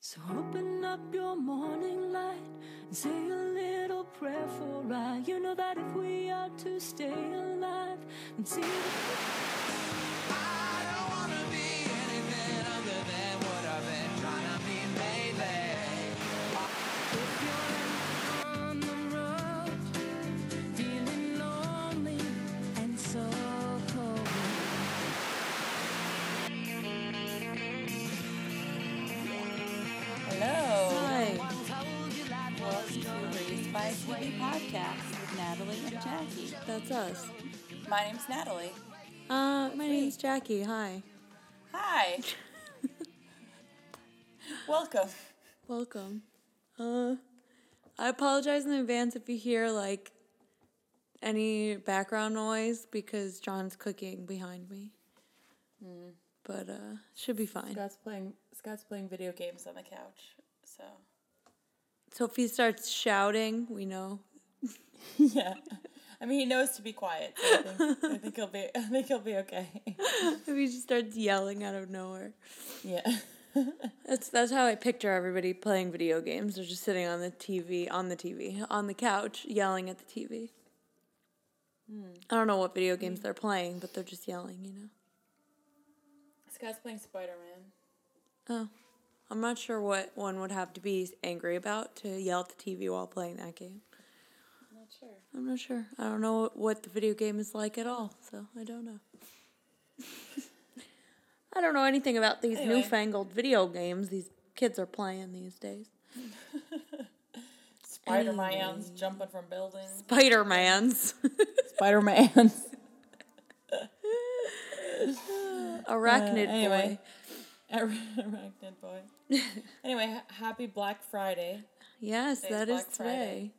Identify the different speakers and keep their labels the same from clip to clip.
Speaker 1: So open up your morning light and say a little prayer for I. You know that if we are to stay alive and see the
Speaker 2: I don't wanna be anything other than what I've been trying to be lately.
Speaker 1: if you're on the road, feeling lonely and so cold.
Speaker 3: Hello.
Speaker 1: Hi.
Speaker 3: Welcome to Raised by Sleepy Podcast with Natalie and Jackie.
Speaker 1: That's us.
Speaker 3: My name's Natalie.
Speaker 1: Uh, my name's Jackie. Hi.
Speaker 3: Hi. Welcome.
Speaker 1: Welcome. Uh, I apologize in advance if you hear like any background noise because John's cooking behind me. But uh, should be fine.
Speaker 3: Scott's playing Scott's playing video games on the couch. So
Speaker 1: So if he starts shouting, we know.
Speaker 3: Yeah. I mean he knows to be quiet, so I think I think he'll be I think he'll be okay.
Speaker 1: If he just starts yelling out of nowhere.
Speaker 3: Yeah.
Speaker 1: That's that's how I picture everybody playing video games. They're just sitting on the TV, on the TV, on the couch, yelling at the TV. I don't know what video
Speaker 3: Hmm.
Speaker 1: games they're playing, but they're just yelling, you know.
Speaker 3: Scott's playing Spider Man.
Speaker 1: Oh, I'm not sure what one would have to be angry about to yell at the TV while playing that game.
Speaker 3: Not sure.
Speaker 1: I'm not sure. I don't know what- what the video game is like at all, so I don't know. I don't know anything about these
Speaker 3: Anyway.
Speaker 1: newfangled video games these kids are playing these days.
Speaker 3: Spider Man's jumping from buildings.
Speaker 1: Spider Man's,
Speaker 3: Spider Man's
Speaker 1: Arachnid
Speaker 3: Uh, anyway.
Speaker 1: Boy.
Speaker 3: Arachnid boy. anyway, ha- happy Black Friday.
Speaker 1: Yes,
Speaker 3: Today's
Speaker 1: that is
Speaker 3: Black Friday.
Speaker 1: today.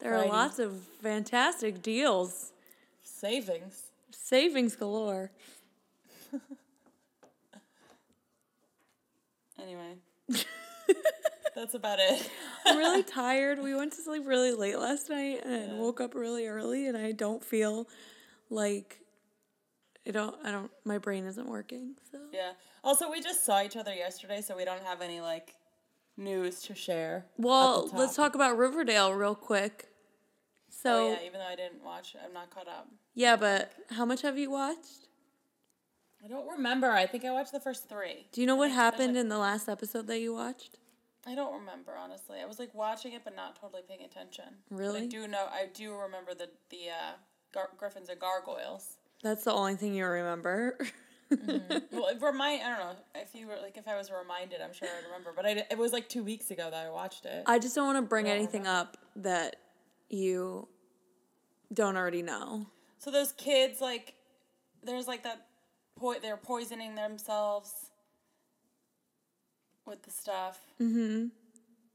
Speaker 1: There
Speaker 3: Friday.
Speaker 1: are lots of fantastic deals,
Speaker 3: Savings.
Speaker 1: savings galore.
Speaker 3: Anyway. That's about it.
Speaker 1: I'm really tired. We went to sleep really late last night and woke up really early and I don't feel like I don't I don't my brain isn't working. So
Speaker 3: Yeah. Also, we just saw each other yesterday, so we don't have any like news to share. at the
Speaker 1: Well, let's
Speaker 3: top.
Speaker 1: talk about Riverdale real quick. So
Speaker 3: Oh,
Speaker 1: yeah,
Speaker 3: yeah, even though I didn't watch, I'm not caught up.
Speaker 1: but how much have you watched?
Speaker 3: I don't remember. I think I watched the first three.
Speaker 1: Do you know what happened in the last episode that you watched?
Speaker 3: I don't remember honestly. I was like watching it, but not totally paying attention. But
Speaker 1: Really?
Speaker 3: I do know. I do remember the the uh, gar- Griffins and Gargoyles.
Speaker 1: That's the only thing you remember.
Speaker 3: Well, it remind I don't know if you were like if I was reminded, I'm sure I'd remember. But I, di- it was like two weeks ago that I watched it.
Speaker 1: I just don't want to bring anything up that you don't already know.
Speaker 3: so those kids like, there's like that, po- they're poisoning themselves with the stuff. Mm-hmm.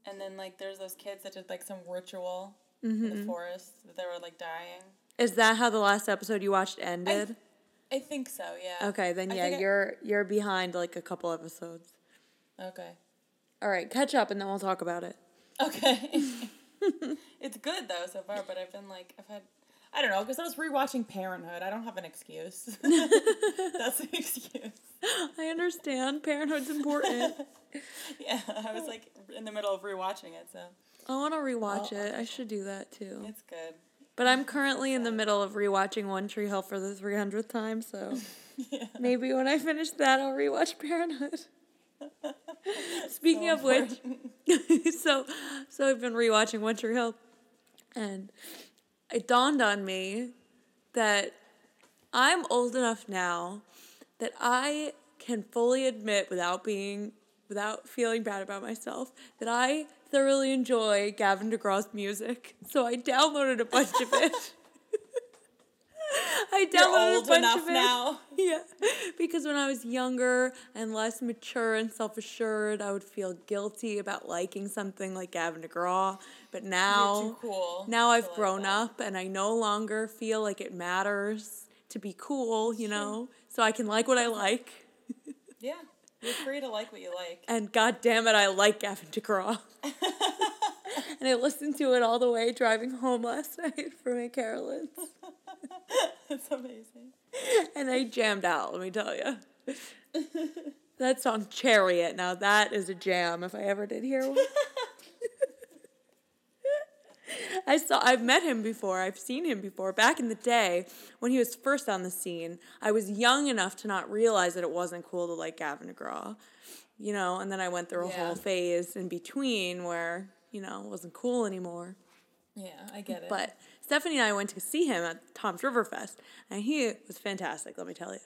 Speaker 3: And then like there's those kids that did like some ritual
Speaker 1: Mm-hmm.
Speaker 3: in the forest that they were like dying.
Speaker 1: Is that how the last episode you watched ended?
Speaker 3: I think so. Yeah.
Speaker 1: Okay, then
Speaker 3: I
Speaker 1: yeah,
Speaker 3: think I-
Speaker 1: you're you're behind like a couple episodes.
Speaker 3: okay.
Speaker 1: All right, catch up and then we'll talk about it.
Speaker 3: Okay. it's good though so far, but I've been like I've had I don't know because I was rewatching Parenthood. I don't have an excuse. That's an excuse.
Speaker 1: I understand parenthood's important.
Speaker 3: Yeah, I was like in the middle of rewatching it, so
Speaker 1: I want to rewatch it. I should do that too.
Speaker 3: it's good.
Speaker 1: But I'm currently in the middle of rewatching One Tree Hill for the 300th time, so maybe when I finish that I'll rewatch Parenthood. Speaking of which, so so I've been rewatching One Tree Hill, and it dawned on me that I'm old enough now that I can fully admit without being without feeling bad about myself that I thoroughly enjoy Gavin DeGraw's music. So I downloaded a bunch of it. I
Speaker 3: You're
Speaker 1: downloaded a
Speaker 3: old
Speaker 1: bunch
Speaker 3: enough
Speaker 1: of it.
Speaker 3: now.
Speaker 1: Yeah, because when I was younger and less mature and self assured, I would feel guilty about liking something like Gavin DeGraw. But now,
Speaker 3: You're too cool
Speaker 1: now
Speaker 3: to
Speaker 1: I've
Speaker 3: like
Speaker 1: grown
Speaker 3: that.
Speaker 1: up and I no longer feel like it matters to be cool, you know? So I can like what I like.
Speaker 3: Yeah, you're free to like what you like.
Speaker 1: And god damn it, I like Gavin DeGraw. and I listened to it all the way driving home last night from my Carolyn's.
Speaker 3: It's amazing.
Speaker 1: And I jammed out, let me tell you. That song Chariot. Now that is a jam if I ever did hear one. I saw I've met him before. I've seen him before. Back in the day when he was first on the scene, I was young enough to not realize that it wasn't cool to like Gavin DeGraw. You know, and then I went through a
Speaker 3: Yeah.
Speaker 1: whole phase in between where, you know, it wasn't cool anymore.
Speaker 3: Yeah, I get it.
Speaker 1: But Stephanie and I went to see him at Tom's River Fest, and he was fantastic, let me tell you.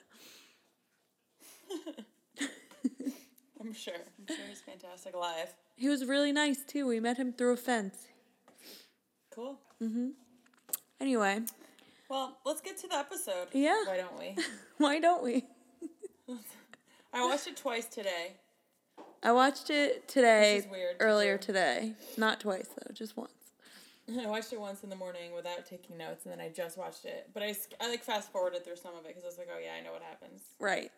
Speaker 3: I'm sure. I'm sure he's fantastic live.
Speaker 1: He was really nice too. We met him through a fence.
Speaker 3: Cool.
Speaker 1: Anyway,
Speaker 3: Well, let's get to the episode.
Speaker 1: Yeah.
Speaker 3: Why don't we?
Speaker 1: why don't we?
Speaker 3: I watched it twice today.
Speaker 1: I watched it today,
Speaker 3: This is weird to
Speaker 1: earlier
Speaker 3: do.
Speaker 1: today. Not twice though, just once.
Speaker 3: I watched it once in the morning without taking notes, and then I just watched it. But I, sk- I like fast forwarded through some of it because I was like, oh yeah, I know what happens.
Speaker 1: Right.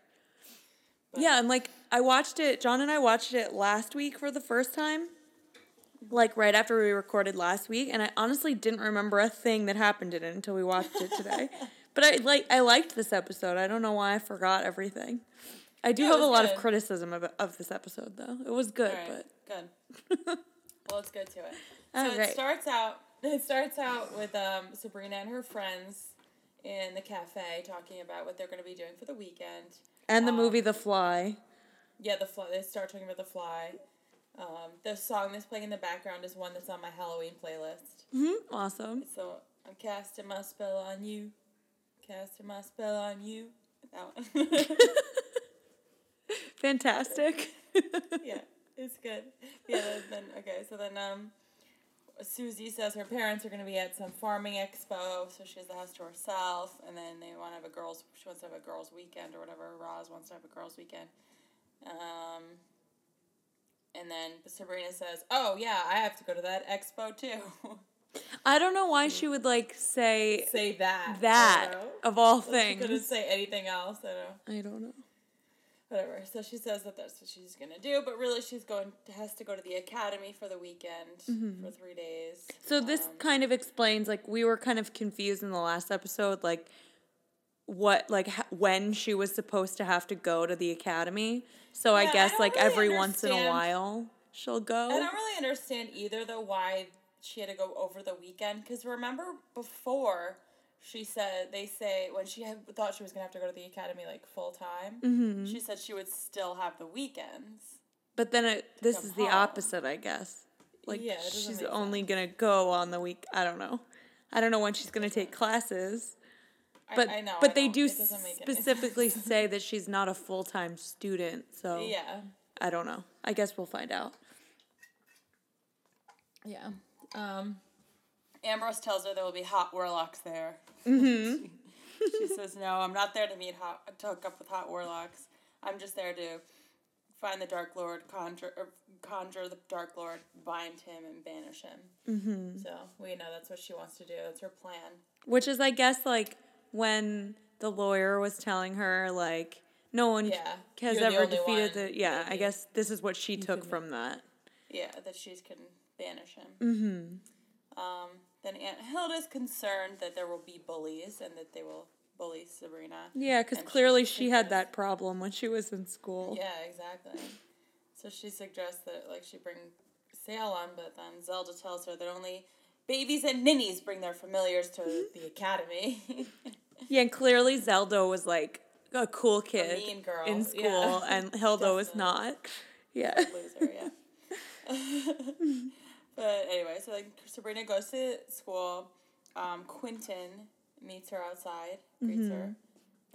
Speaker 3: But-
Speaker 1: yeah, and like I watched it, John and I watched it last week for the first time, like right after we recorded last week, and I honestly didn't remember a thing that happened in it until we watched it today. but I like I liked this episode. I don't know why I forgot everything. I do
Speaker 3: Yeah, it
Speaker 1: have a
Speaker 3: was
Speaker 1: lot of
Speaker 3: good.
Speaker 1: criticism of, of this episode though. It was good,
Speaker 3: All right,
Speaker 1: but
Speaker 3: good. well, let's get to it.
Speaker 1: All
Speaker 3: So
Speaker 1: right.
Speaker 3: it starts out. It starts out with um, Sabrina and her friends in the cafe talking about what they're going to be doing for the weekend.
Speaker 1: and the
Speaker 3: Um,
Speaker 1: movie The Fly.
Speaker 3: Yeah, the fly. They start talking about the fly. Um, the song that's playing in the background is one that's on my Halloween playlist.
Speaker 1: Mm-hmm. Awesome.
Speaker 3: So I'm casting my spell on you. Casting my spell on you. That one.
Speaker 1: Fantastic.
Speaker 3: yeah, it's good. Yeah, then- then okay, so then um Susie says her parents are gonna be at some farming expo, so she has the house to herself, and then they wanna have a girls she wants to have a girls weekend or whatever, Roz wants to have a girls weekend. Um and then Sabrina says, Oh yeah, I have to go to that expo too.
Speaker 1: I don't know why she would like say
Speaker 3: say that.
Speaker 1: that of all
Speaker 3: thing. She couldn't
Speaker 1: things.
Speaker 3: say anything else, I don't know.
Speaker 1: I don't know.
Speaker 3: whatever. So she says that that's what she's gonna do, but really she's going has to go to the academy for the weekend
Speaker 1: Mm-hmm.
Speaker 3: for three days.
Speaker 1: So this
Speaker 3: Um,
Speaker 1: kind of explains like we were kind of confused in the last episode like what like h- when she was supposed to have to go to the academy. So
Speaker 3: Yeah,
Speaker 1: I
Speaker 3: I
Speaker 1: guess
Speaker 3: don't
Speaker 1: like
Speaker 3: really
Speaker 1: every once in a
Speaker 3: understand.
Speaker 1: while she'll
Speaker 3: I
Speaker 1: go.
Speaker 3: don't really understand either though why she had to go over the weekend because remember before she said they say when she had thought she was gonna have to go to the academy like full time,
Speaker 1: Mm-hmm.
Speaker 3: she said she would still have the weekends.
Speaker 1: But then it, this
Speaker 3: come
Speaker 1: is the
Speaker 3: home.
Speaker 1: opposite, I guess. Like
Speaker 3: Yeah, it doesn't
Speaker 1: she's
Speaker 3: make
Speaker 1: only going to go on the week, I don't know. I don't know when she's going to take classes,
Speaker 3: I-
Speaker 1: but
Speaker 3: I, know,
Speaker 1: but
Speaker 3: I
Speaker 1: they
Speaker 3: know.
Speaker 1: do
Speaker 3: It doesn't make any sense.
Speaker 1: specifically say that she's not a full-time student, so
Speaker 3: yeah.
Speaker 1: I don't know. I guess we'll find out.
Speaker 3: Yeah. Um, Ambrose tells her there will be hot warlocks there. Mm-hmm. she, she says, "No, I'm not there to meet hot to hook up with hot warlocks. I'm just there to find the Dark Lord, conjure or conjure the Dark Lord, bind him, and banish him." Mm-hmm. So we know that's what she wants to do. That's her plan.
Speaker 1: Which is, I guess, like when the lawyer was telling her, like, no one
Speaker 3: Yeah,
Speaker 1: has
Speaker 3: you're the
Speaker 1: ever
Speaker 3: only
Speaker 1: defeated
Speaker 3: one,
Speaker 1: the. Yeah, I
Speaker 3: maybe.
Speaker 1: guess this is what she took from that.
Speaker 3: Yeah, that she can banish him. Mm-hmm. Um, then Aunt Hilda is concerned that there will be bullies and that they will bully Sabrina.
Speaker 1: Yeah, because
Speaker 3: And she
Speaker 1: clearly she had
Speaker 3: suggests-
Speaker 1: that problem when she was in school.
Speaker 3: Yeah, exactly. So she suggests that like she bring Sale on, but then Zelda tells her that only babies and ninnies bring their familiars to the academy.
Speaker 1: Yeah, and clearly Zelda was like a cool kid
Speaker 3: mean girl,
Speaker 1: in
Speaker 3: yeah.
Speaker 1: school, and Hilda was
Speaker 3: Definitely.
Speaker 1: not. Yeah.
Speaker 3: Loser, yeah. but anyway, so like Sabrina goes to school. Um, Quentin meets her outside, greets her,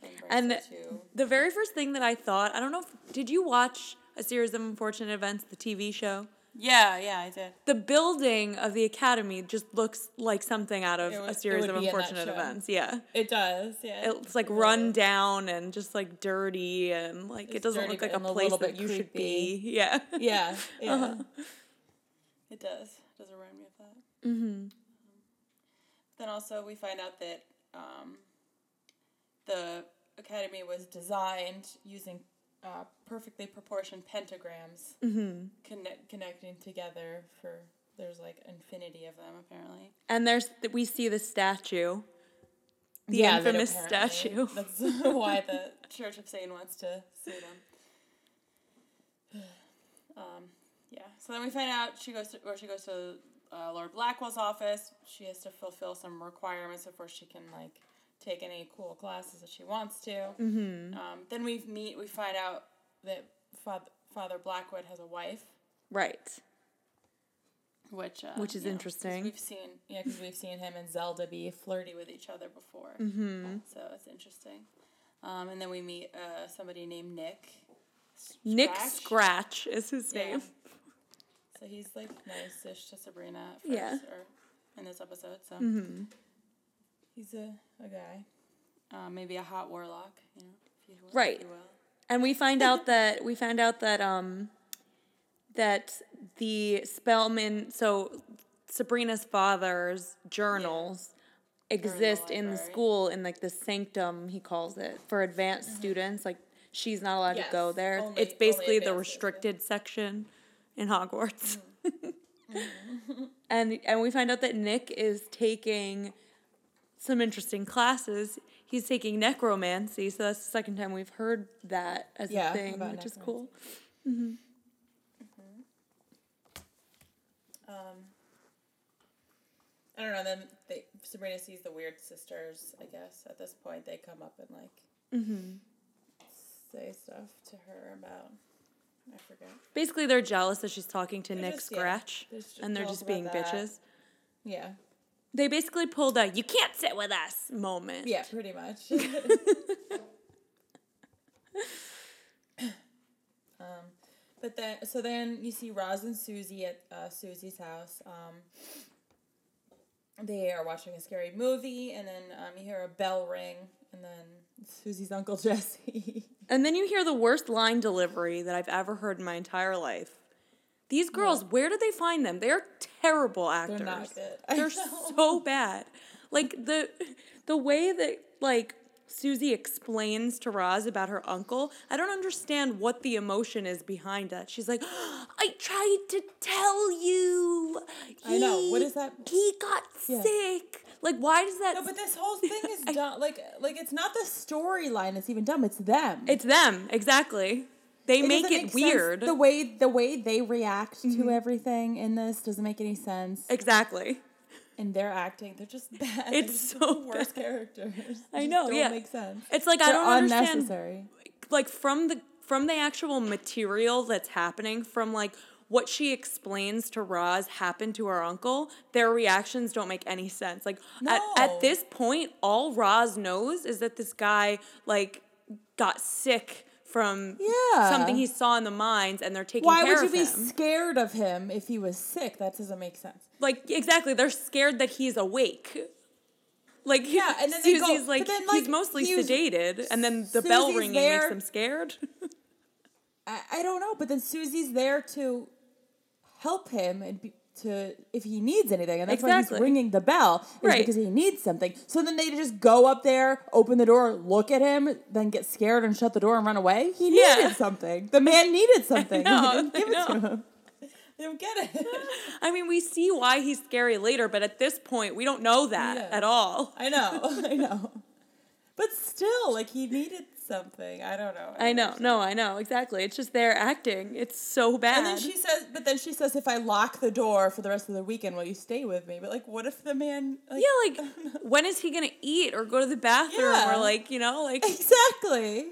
Speaker 3: Mm-hmm. and
Speaker 1: And-
Speaker 3: brings her to.
Speaker 1: The very first thing that I thought, I don't know, if, did you watch A Series of Unfortunate Events, the TV show?
Speaker 3: Yeah, yeah, I did.
Speaker 1: the building of the academy just looks like something out of
Speaker 3: It would-
Speaker 1: a
Speaker 3: it
Speaker 1: series
Speaker 3: would
Speaker 1: of
Speaker 3: be in that
Speaker 1: unfortunate
Speaker 3: show.
Speaker 1: events. Yeah.
Speaker 3: It does, yeah.
Speaker 1: It's like run down and just like dirty and like it
Speaker 3: It's
Speaker 1: doesn't
Speaker 3: dirty,
Speaker 1: look like a
Speaker 3: but and a
Speaker 1: place
Speaker 3: little
Speaker 1: that
Speaker 3: bit
Speaker 1: you should
Speaker 3: creepy.
Speaker 1: be. Yeah.
Speaker 3: Yeah, yeah.
Speaker 1: Uh-huh.
Speaker 3: It does. It does remind me of that. Mm-hmm. Then also we find out that um, the academy was designed using uh, perfectly proportioned pentagrams, connect, connecting together for there's like infinity of them apparently.
Speaker 1: And there's we see the statue. The infamous statue.
Speaker 3: That's why the Church of Satan wants to sue them. Um, yeah. So then we find out she goes to, or she goes to uh, Lord Blackwell's office. She has to fulfill some requirements before she can like take any cool classes that she wants to. Mm-hmm. Um, then we meet. We find out that Father, Father Blackwood has a wife,
Speaker 1: Right.
Speaker 3: which uh,
Speaker 1: Which is
Speaker 3: you know, 'cause
Speaker 1: interesting.
Speaker 3: We've seen yeah, because we've seen him and Zelda be flirty with each other before. Mm-hmm. So it's interesting. Um, and then we meet uh, somebody named Nick.
Speaker 1: Nick Scratch is his
Speaker 3: Yeah.
Speaker 1: name.
Speaker 3: So he's like nice-ish to Sabrina at first,
Speaker 1: Yeah. Mm-hmm.
Speaker 3: or in this episode. So he's a, a guy, uh, maybe a hot warlock, you know, if you will. if
Speaker 1: Right.
Speaker 3: you will.
Speaker 1: And we find out that we found out that um that the Spellman so Sabrina's father's journals exist in the
Speaker 3: library.
Speaker 1: school in like the sanctum he calls it for advanced students like she's not allowed to go
Speaker 3: Mm-hmm. Yes,
Speaker 1: there.
Speaker 3: only-
Speaker 1: it's
Speaker 3: only
Speaker 1: basically the
Speaker 3: advanced students, Mm-hmm.
Speaker 1: restricted
Speaker 3: yeah.
Speaker 1: section in Hogwarts. and and we find out that Nick is taking some interesting classes. He's taking necromancy, so that's the second time we've heard that as
Speaker 3: Yeah,
Speaker 1: a thing,
Speaker 3: about
Speaker 1: which is cool.
Speaker 3: Um, I don't know. Then they, Sabrina sees the weird sisters. I guess at this point they come up and like say stuff to her about. I forget.
Speaker 1: Basically, they're jealous that she's talking to
Speaker 3: They're
Speaker 1: Nick
Speaker 3: just- yeah,
Speaker 1: Scratch,
Speaker 3: they're just
Speaker 1: and they're
Speaker 3: jealous
Speaker 1: just being
Speaker 3: about that.
Speaker 1: bitches.
Speaker 3: Yeah.
Speaker 1: They basically pulled a "you can't sit with us" moment.
Speaker 3: Yeah, pretty much. um, but then, so then you see Roz and Susie at uh, Susie's house. Um, they are watching a scary movie, and then um, you hear a bell ring, and then Susie's uncle Jesse.
Speaker 1: And then you hear the worst line delivery that I've ever heard in my entire life. These girls, where did they find them? They are terrible actors.
Speaker 3: not good. I
Speaker 1: They're
Speaker 3: know.
Speaker 1: so bad. Like the the way that like Susie explains to Roz about her uncle, I don't understand what the emotion is behind that. She's like, I tried to tell you. He,
Speaker 3: I know. What is that?
Speaker 1: He got
Speaker 3: Yeah.
Speaker 1: sick. Like, why does that?
Speaker 3: no, but this whole thing is dumb. Like, like it's not the storyline that's even dumb. It's them.
Speaker 1: it's them exactly. They make
Speaker 3: doesn't
Speaker 1: it
Speaker 3: sense.
Speaker 1: weird.
Speaker 3: The way the way they react to everything in this doesn't make any sense.
Speaker 1: Exactly.
Speaker 3: and they're acting. They're just bad.
Speaker 1: It's
Speaker 3: They're just
Speaker 1: so
Speaker 3: the worst
Speaker 1: bad.
Speaker 3: characters.
Speaker 1: I
Speaker 3: They just
Speaker 1: know,
Speaker 3: Don't
Speaker 1: yeah.
Speaker 3: make sense.
Speaker 1: It's like I
Speaker 3: They're
Speaker 1: don't understand
Speaker 3: unnecessary.
Speaker 1: like from the from the actual material that's happening from like what she explains to Roz happened to her uncle, their reactions don't make any sense. Like at,
Speaker 3: No.
Speaker 1: at this point, all Roz knows is that this guy like got sick from
Speaker 3: Yeah.
Speaker 1: something he saw in the mines and they're taking
Speaker 3: Why
Speaker 1: care
Speaker 3: would you
Speaker 1: of
Speaker 3: be
Speaker 1: him.
Speaker 3: scared of him if he was sick? That doesn't make sense.
Speaker 1: like exactly, they're scared that he's awake. Like yeah,
Speaker 3: and then they go-
Speaker 1: Susie's
Speaker 3: but
Speaker 1: like,
Speaker 3: then,
Speaker 1: he's
Speaker 3: like,
Speaker 1: mostly
Speaker 3: he was-
Speaker 1: sedated, and then the bell
Speaker 3: Susie's
Speaker 1: ringing
Speaker 3: there.
Speaker 1: makes them scared.
Speaker 3: I, I don't know. But then Susie's there to help him and be, to if he needs anything, and that's why he's
Speaker 1: Exactly.
Speaker 3: ringing the bell is
Speaker 1: Right.
Speaker 3: because he needs something. So then they just go up there, open the door, look at him, then get scared and shut the door and run away. He needed
Speaker 1: Yeah.
Speaker 3: something. The man needed something. They
Speaker 1: know,
Speaker 3: didn't
Speaker 1: I
Speaker 3: give it to
Speaker 1: know.
Speaker 3: him. They don't get it.
Speaker 1: I mean, we see why he's scary later, but at this point, we don't know that
Speaker 3: Yeah.
Speaker 1: at all.
Speaker 3: I know, I know. But still, like he needed something. I don't know.
Speaker 1: I know, no, I know, exactly. It's just their acting. It's so bad.
Speaker 3: And then she says, but then she says, if I lock the door for the rest of the weekend, will you stay with me? But like, what if the man? Like,
Speaker 1: yeah, like, when is he gonna eat or go to the bathroom
Speaker 3: Yeah.
Speaker 1: or like, you know, like
Speaker 3: exactly.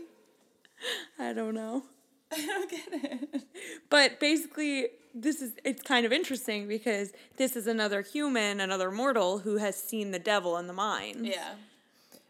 Speaker 1: I don't know.
Speaker 3: I don't get it.
Speaker 1: But basically, this is it's kind of interesting because this is another human, another mortal who has seen the devil in the mine.
Speaker 3: Yeah.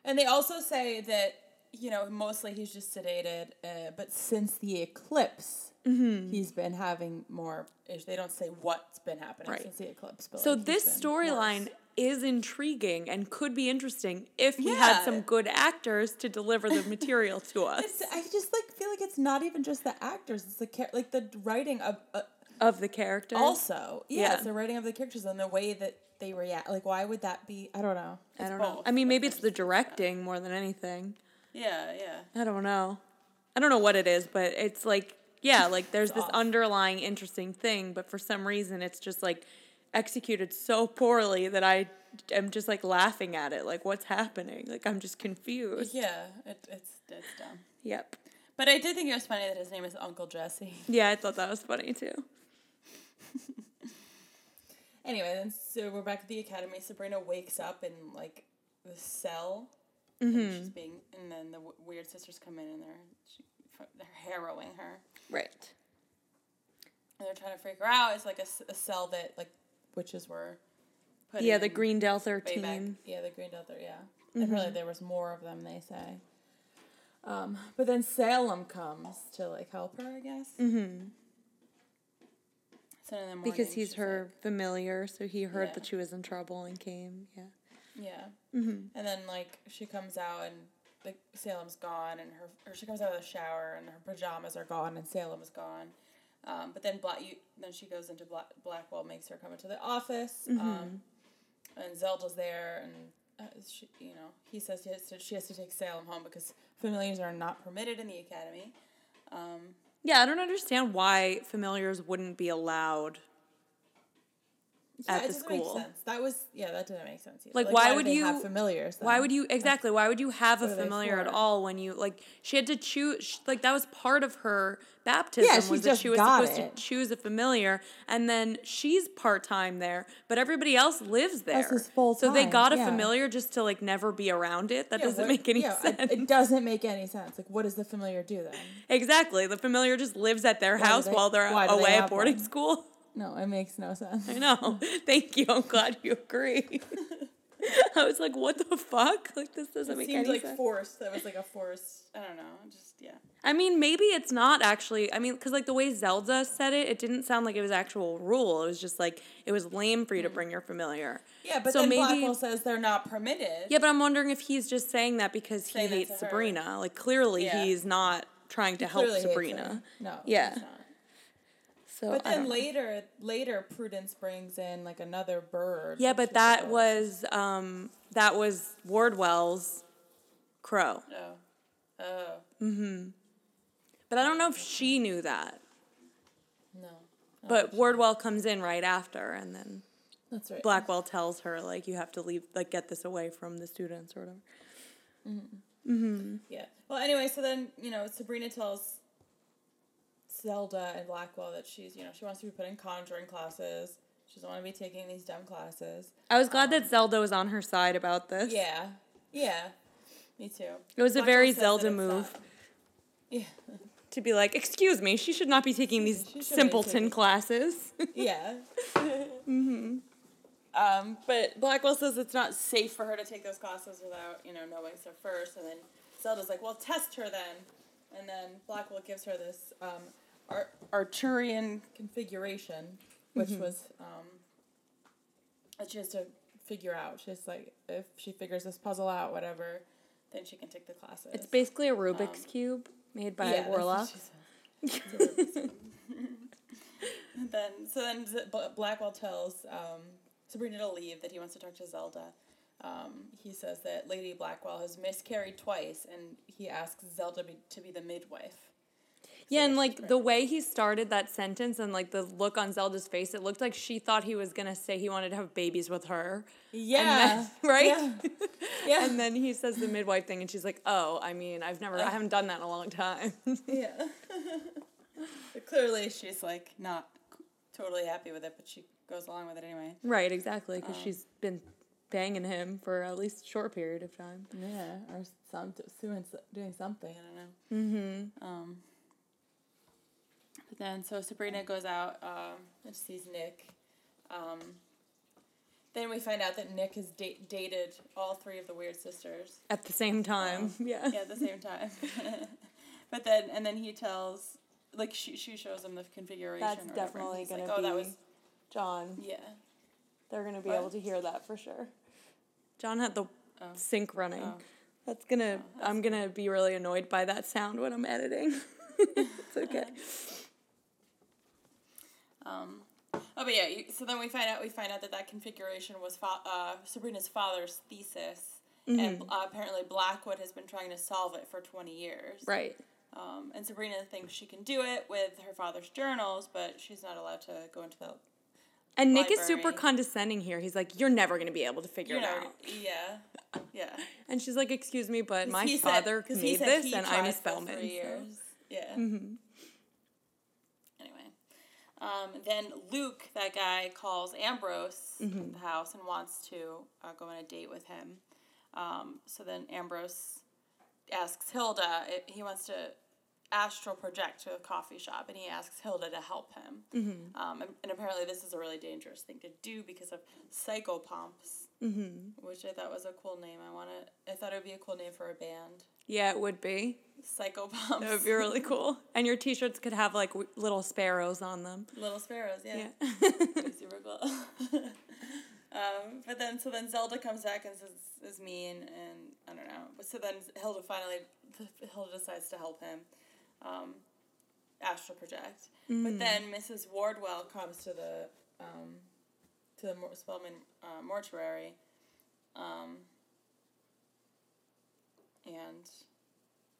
Speaker 3: And they also say that you know mostly he's just sedated, uh, but since the eclipse, he's been having more. Issues. They don't say what's been happening
Speaker 1: Right.
Speaker 3: since the eclipse. But
Speaker 1: So
Speaker 3: like, he's
Speaker 1: this
Speaker 3: been worse.
Speaker 1: storyline is intriguing and could be interesting if we had
Speaker 3: Yeah.
Speaker 1: some good actors to deliver the material to us
Speaker 3: It's, I just like feel like it's not even just the actors; it's the char- like the writing of uh,
Speaker 1: of the characters.
Speaker 3: also yeah,
Speaker 1: Yeah.
Speaker 3: it's the writing of the characters and the way that they react. Like, why would that be? I don't know.
Speaker 1: I
Speaker 3: It's
Speaker 1: don't know.
Speaker 3: both.
Speaker 1: I mean, maybe it's the directing more than anything.
Speaker 3: yeah, yeah.
Speaker 1: I don't know. I don't know what it is, but it's like yeah, like there's this
Speaker 3: off.
Speaker 1: underlying interesting thing, but for some reason it's just like executed so poorly that I am just like laughing at it. Like what's happening? Like I'm just confused.
Speaker 3: Yeah, it, it's it's dumb.
Speaker 1: Yep.
Speaker 3: But I did think it was funny that his name is Uncle Jesse.
Speaker 1: Yeah, I thought that was funny too.
Speaker 3: Anyway, then so we're back at the academy. Sabrina wakes up in like the cell. And she's being, and then the w- weird sisters come in and they're she, they're harrowing her.
Speaker 1: Right.
Speaker 3: And they're trying to freak her out. It's like a, s- a cell that like witches were. Put
Speaker 1: Yeah, the Mm-hmm.
Speaker 3: in
Speaker 1: Greendale
Speaker 3: way back.
Speaker 1: 13.
Speaker 3: Yeah, the Green Delta. Yeah, and really there was more of them. They say. Um, but then Salem comes to like help her, I guess. Mm-hmm. So in the morning,
Speaker 1: Because he's
Speaker 3: she's
Speaker 1: her familiar, so he heard
Speaker 3: Yeah.
Speaker 1: that she was in trouble and came. Yeah.
Speaker 3: Yeah.
Speaker 1: Mm-hmm.
Speaker 3: And then like she comes out and like Salem's gone and her or she comes out of the shower and her pajamas are gone and Salem is gone. Um, but then Black you, then she goes into Black, Blackwell makes her come into the office.
Speaker 1: Mm-hmm.
Speaker 3: Um, and Zelda's there and uh, she, you know he says he has to, she has to take Salem home because familiars are not permitted in the academy.
Speaker 1: Yeah, I don't understand why familiars wouldn't be allowed. At the
Speaker 3: it doesn't make
Speaker 1: school.
Speaker 3: sense. That was yeah, that didn't make sense. either.
Speaker 1: Like, why
Speaker 3: do
Speaker 1: would
Speaker 3: they
Speaker 1: you-
Speaker 3: have familiars?
Speaker 1: Why
Speaker 3: then?
Speaker 1: would you exactly? Why would you have a
Speaker 3: are they
Speaker 1: familiar at
Speaker 3: for?
Speaker 1: all when you like? She had to choose. sh like that was part of her baptism.
Speaker 3: she
Speaker 1: was that
Speaker 3: just
Speaker 1: she was
Speaker 3: got
Speaker 1: supposed
Speaker 3: it.
Speaker 1: to choose a familiar, and then she's part time there, but everybody else lives there.
Speaker 4: is full
Speaker 1: so they
Speaker 4: time,
Speaker 1: got a
Speaker 4: yeah.
Speaker 1: familiar just to like never be around it. That
Speaker 3: Yeah,
Speaker 1: doesn't
Speaker 3: what-
Speaker 1: make any
Speaker 3: yeah,
Speaker 1: sense.
Speaker 3: it- It doesn't make any sense. Like, what does the familiar do then?
Speaker 1: exactly. The familiar just lives at their house
Speaker 3: they-
Speaker 1: while they're
Speaker 3: why do they
Speaker 1: away at
Speaker 3: have
Speaker 1: boarding
Speaker 3: one?
Speaker 1: school.
Speaker 3: No, it makes no sense.
Speaker 1: I know. Thank you. I'm glad you agree. I was like, what the fuck? Like this doesn't
Speaker 3: It
Speaker 1: make
Speaker 3: seemed
Speaker 1: any
Speaker 3: like
Speaker 1: sense.
Speaker 3: forced. That was like a forced. I don't know. Just yeah.
Speaker 1: I mean, maybe it's not actually. I mean, because like the way Zelda said it, it didn't sound like it was actual rule. It was just like it was lame for
Speaker 3: Mm.
Speaker 1: you to bring your familiar.
Speaker 3: Yeah, but
Speaker 1: So
Speaker 3: then
Speaker 1: maybe-
Speaker 3: Blackwell says they're not permitted.
Speaker 1: Yeah, but I'm wondering if he's just saying that because he
Speaker 3: Saying that to
Speaker 1: hates
Speaker 3: her.
Speaker 1: Sabrina. Like clearly,
Speaker 3: Yeah.
Speaker 1: he's not trying to help
Speaker 3: Clearly hates
Speaker 1: Sabrina.
Speaker 3: her. No.
Speaker 1: Yeah.
Speaker 3: he's not.
Speaker 1: So,
Speaker 3: But
Speaker 1: I
Speaker 3: then
Speaker 1: don't-
Speaker 3: later, later Prudence brings in like another bird.
Speaker 1: yeah,
Speaker 3: which
Speaker 1: but
Speaker 3: is
Speaker 1: that
Speaker 3: a-
Speaker 1: was um that was Wardwell's crow.
Speaker 3: Oh. Oh.
Speaker 1: But I don't know if she knew that.
Speaker 3: No.
Speaker 1: But Wardwell comes in right after, and then
Speaker 3: That's right.
Speaker 1: Blackwell tells her like you have to leave, like get this away from the students or whatever.
Speaker 3: Yeah. Well, anyway, so then you know Sabrina tells Zelda and Blackwell that she's you know she wants to be put in conjuring classes. She doesn't want to be taking these dumb classes.
Speaker 1: I was glad that Zelda was on her side about this.
Speaker 3: Yeah. Yeah. Me too.
Speaker 1: It was a
Speaker 3: Blackwell
Speaker 1: very
Speaker 3: says that
Speaker 1: Zelda
Speaker 3: it's not-
Speaker 1: move
Speaker 3: Yeah.
Speaker 1: to be like, "Excuse me, she should not be taking these
Speaker 3: She shouldn't be
Speaker 1: simpleton
Speaker 3: taking-
Speaker 1: classes."
Speaker 3: Yeah. mm-hmm. Um, but Blackwell says it's not safe for her to take those classes without, you know, knowing stuff first. And then Zelda's like, well, test her then. And then Blackwell gives her this um, Ar- Arturian configuration, which
Speaker 1: Mm-hmm.
Speaker 3: was, um, that she has to figure out. She's like, if she figures this puzzle out, whatever, then she can take the classes.
Speaker 1: it's basically a Rubik's cube made by
Speaker 3: that's what
Speaker 1: Warlock.
Speaker 3: she said. It's a Warlock. then so then Z- Bla- Blackwell tells um, Sabrina to leave that he wants to talk to Zelda. Um, he says that Lady Blackwell has miscarried twice, and he asks Zelda be, to be the midwife.
Speaker 1: Yeah, and like the way he started that sentence and like the look on Zelda's face, it looked like she thought he was gonna say he wanted to have babies with her.
Speaker 3: Yeah,
Speaker 1: then- right?
Speaker 3: yeah,
Speaker 1: And then he says the midwife thing, and she's like, "Oh, I mean, I've never, I haven't done that in a long time."
Speaker 3: yeah. but clearly, she's like not totally happy with it, but she goes along with it anyway.
Speaker 1: right, exactly, because she's been banging him for at least a short period of time.
Speaker 3: Yeah, or some doing doing something. I don't know. Mm-hmm. Um. But then, so Sabrina goes out um, and sees Nick. Um, then we find out that Nick has da- dated all three of the weird sisters.
Speaker 1: At the same time, yeah.
Speaker 3: Yeah, at the same time. but then, and then he tells, like, she, she shows him the configuration.
Speaker 1: That's
Speaker 3: or whatever, and
Speaker 1: definitely
Speaker 3: he's
Speaker 1: gonna
Speaker 3: like, oh, that
Speaker 1: be-
Speaker 3: was
Speaker 1: John,
Speaker 3: yeah.
Speaker 1: they're gonna be
Speaker 3: What?
Speaker 1: able to hear that for sure. John had the
Speaker 3: Oh.
Speaker 1: sync running.
Speaker 3: Oh.
Speaker 1: That's gonna, I'm gonna be really annoyed by that sound when I'm editing. it's okay.
Speaker 3: Um, oh, but yeah. You, so then we find out we find out that that configuration was fa- uh, Sabrina's father's thesis, and uh, apparently Blackwood has been trying to solve it for twenty years.
Speaker 1: right.
Speaker 3: Um, and Sabrina thinks she can do it with her father's journals, but she's not allowed to go into the.
Speaker 1: And Nick is super
Speaker 3: Library.
Speaker 1: condescending here. He's like, "You're never gonna be able to figure
Speaker 3: You
Speaker 1: it
Speaker 3: know.
Speaker 1: out."
Speaker 3: Yeah. Yeah.
Speaker 1: And she's like, "Excuse me, but my
Speaker 3: He said-
Speaker 1: father
Speaker 3: 'cause he
Speaker 1: made
Speaker 3: said
Speaker 1: this,
Speaker 3: he
Speaker 1: and I'm a
Speaker 3: tried for
Speaker 1: Spellman."
Speaker 3: three
Speaker 1: so- Mm-hmm.
Speaker 3: years. Yeah. Anyway, um, then Luke, that guy, calls Ambrose
Speaker 1: Mm-hmm.
Speaker 3: at the house and wants to uh, go on a date with him. Um, so then Ambrose asks Hilda if he wants to astral project to a coffee shop, and he asks Hilda to help him.
Speaker 1: Mm-hmm.
Speaker 3: Um, and, and apparently, this is a really dangerous thing to do because of psychopomps, which I thought was a cool name. I want to. I thought it would be a cool name for a band.
Speaker 1: Yeah, it would be.
Speaker 3: Psychopomps.
Speaker 1: That would be really cool. And your t-shirts could have like w- little sparrows on them.
Speaker 3: Little sparrows, yeah.
Speaker 1: Yeah.
Speaker 3: Super cool. um, but then, so then Zelda comes back and says, is mean, and I don't know. But so then Hilda finally, Hilda decides to help him um, astral project.
Speaker 1: Mm.
Speaker 3: But then Mrs. Wardwell comes to the, um, to the Mor- Spellman uh, mortuary. Um, and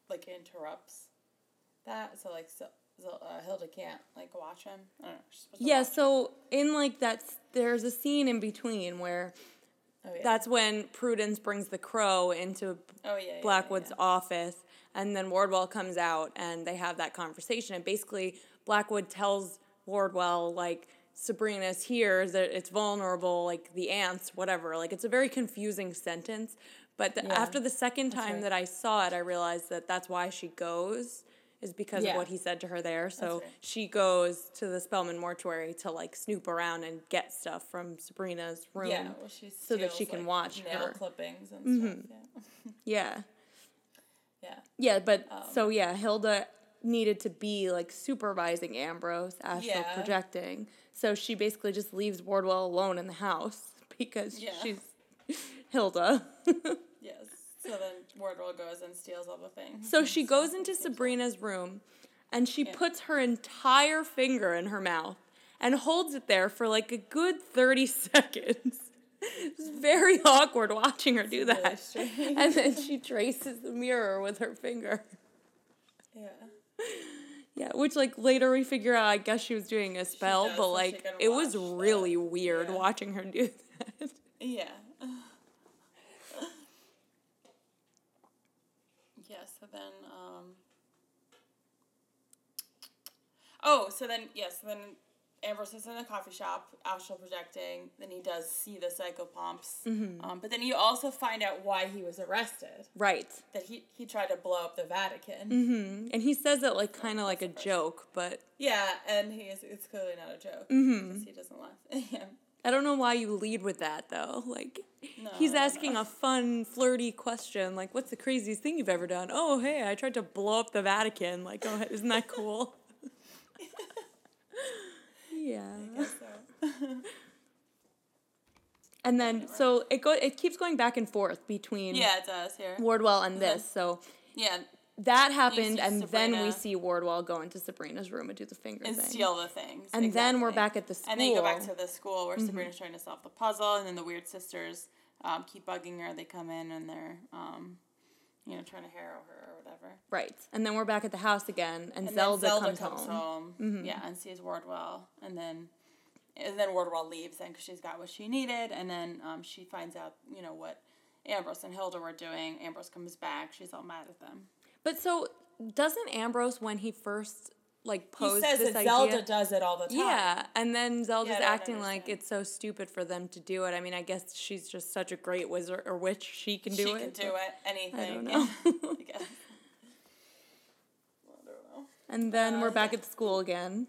Speaker 3: like interrupts that so like so, so uh, Hilda can't like watch him. I don't know. She's supposed to
Speaker 1: Yeah,
Speaker 3: watch
Speaker 1: so in like that's there's a scene in between where
Speaker 3: Oh yeah.
Speaker 1: that's when Prudence brings the crow into
Speaker 3: oh yeah. yeah, yeah,
Speaker 1: Blackwood's
Speaker 3: yeah.
Speaker 1: office and then Wardwell comes out and they have that conversation and basically Blackwood tells Wardwell like Sabrina's here that it's vulnerable like the ants whatever like it's a very confusing sentence but the,
Speaker 3: Yeah,
Speaker 1: after the second time
Speaker 3: right.
Speaker 1: that I saw it I realized that that's why she goes is because
Speaker 3: Yeah.
Speaker 1: of what he said to her there so
Speaker 3: right.
Speaker 1: she goes to the Spellman mortuary to like snoop around and get stuff from Sabrina's room
Speaker 3: Yeah, well, she
Speaker 1: so that she
Speaker 3: steals,
Speaker 1: can
Speaker 3: like,
Speaker 1: watch
Speaker 3: nail
Speaker 1: her. Mm-hmm.
Speaker 3: clippings and stuff.
Speaker 1: yeah
Speaker 3: Yeah. yeah.
Speaker 1: Yeah, but
Speaker 3: Um,
Speaker 1: so yeah, Hilda needed to be like supervising Ambrose astral
Speaker 3: Yeah.
Speaker 1: projecting. So she basically just leaves Wardwell alone in the house because
Speaker 3: Yeah.
Speaker 1: she's Hilda.
Speaker 3: Yes. So then Wardwell goes and steals all the things.
Speaker 1: so she goes into Sabrina's room and she puts her entire finger in her mouth and holds it there for like a good 30 seconds. It's very awkward watching her do that.
Speaker 3: strange.
Speaker 1: and then she traces the mirror with her finger.
Speaker 3: Yeah.
Speaker 1: Yeah, which like later we figure out I guess she was doing a spell,
Speaker 3: does, so
Speaker 1: but
Speaker 3: she
Speaker 1: like
Speaker 3: can
Speaker 1: it was
Speaker 3: watch
Speaker 1: really
Speaker 3: that.
Speaker 1: weird
Speaker 3: Yeah.
Speaker 1: watching her do that.
Speaker 3: Yeah. yeah, so then um Oh, so then yes, so then Ambrose is in the coffee shop, astral projecting, then he does see the psychopomps.
Speaker 1: Mm-hmm.
Speaker 3: Um, but then you also find out why he was arrested.
Speaker 1: Right.
Speaker 3: That he, he tried to blow up the Vatican.
Speaker 1: Mm-hmm. And he says it like kind of like a joke, but
Speaker 3: Yeah, and he is it's clearly not a joke
Speaker 1: Mm-hmm.
Speaker 3: because he doesn't laugh. yeah.
Speaker 1: I don't know why you lead with that though. Like he's
Speaker 3: I don't
Speaker 1: asking a fun flirty question like what's the craziest thing you've ever done? Oh, hey, I tried to blow up the Vatican. Like, oh, isn't that cool? yeah.
Speaker 3: So
Speaker 1: And then so it go it keeps going back and forth between
Speaker 3: Yeah, Mm-hmm. it does here.
Speaker 1: Wardwell and this. So
Speaker 3: Yeah.
Speaker 1: that happened, and then we
Speaker 3: Sabrina.
Speaker 1: see Wardwell go into Sabrina's room and do the finger
Speaker 3: and
Speaker 1: thing.
Speaker 3: steal the things.
Speaker 1: And then we're
Speaker 3: exactly.
Speaker 1: back at the
Speaker 3: And then you go back
Speaker 1: school.
Speaker 3: to the school
Speaker 1: Mm-hmm.
Speaker 3: where Sabrina's trying to solve the puzzle, and then the weird sisters um, keep bugging her. They come in and they're, um, you know, trying to harrow her or whatever.
Speaker 1: Right, and then we're back at the house again, and,
Speaker 3: And
Speaker 1: Zelda,
Speaker 3: then Zelda
Speaker 1: comes, home. Mm-hmm.
Speaker 3: yeah, and sees Wardwell, and then, and then Wardwell leaves, then 'cause she's got what she needed, and then um, she finds out, you know, what Ambrose and Hilda were doing. Ambrose comes back. She's all mad at them.
Speaker 1: But so doesn't Ambrose when he first like posed this idea?
Speaker 3: does it all the time.
Speaker 1: yeah, and then Zelda's
Speaker 3: don't
Speaker 1: acting like
Speaker 3: understand.
Speaker 1: it's so stupid for them to do it. I mean, I guess she's just such a great wizard or witch; she can do
Speaker 3: she
Speaker 1: it.
Speaker 3: can do it. Anything.
Speaker 1: don't
Speaker 3: yeah,
Speaker 1: know.
Speaker 3: I guess. I don't know.
Speaker 1: And then we're
Speaker 3: Uh,
Speaker 1: back at school again.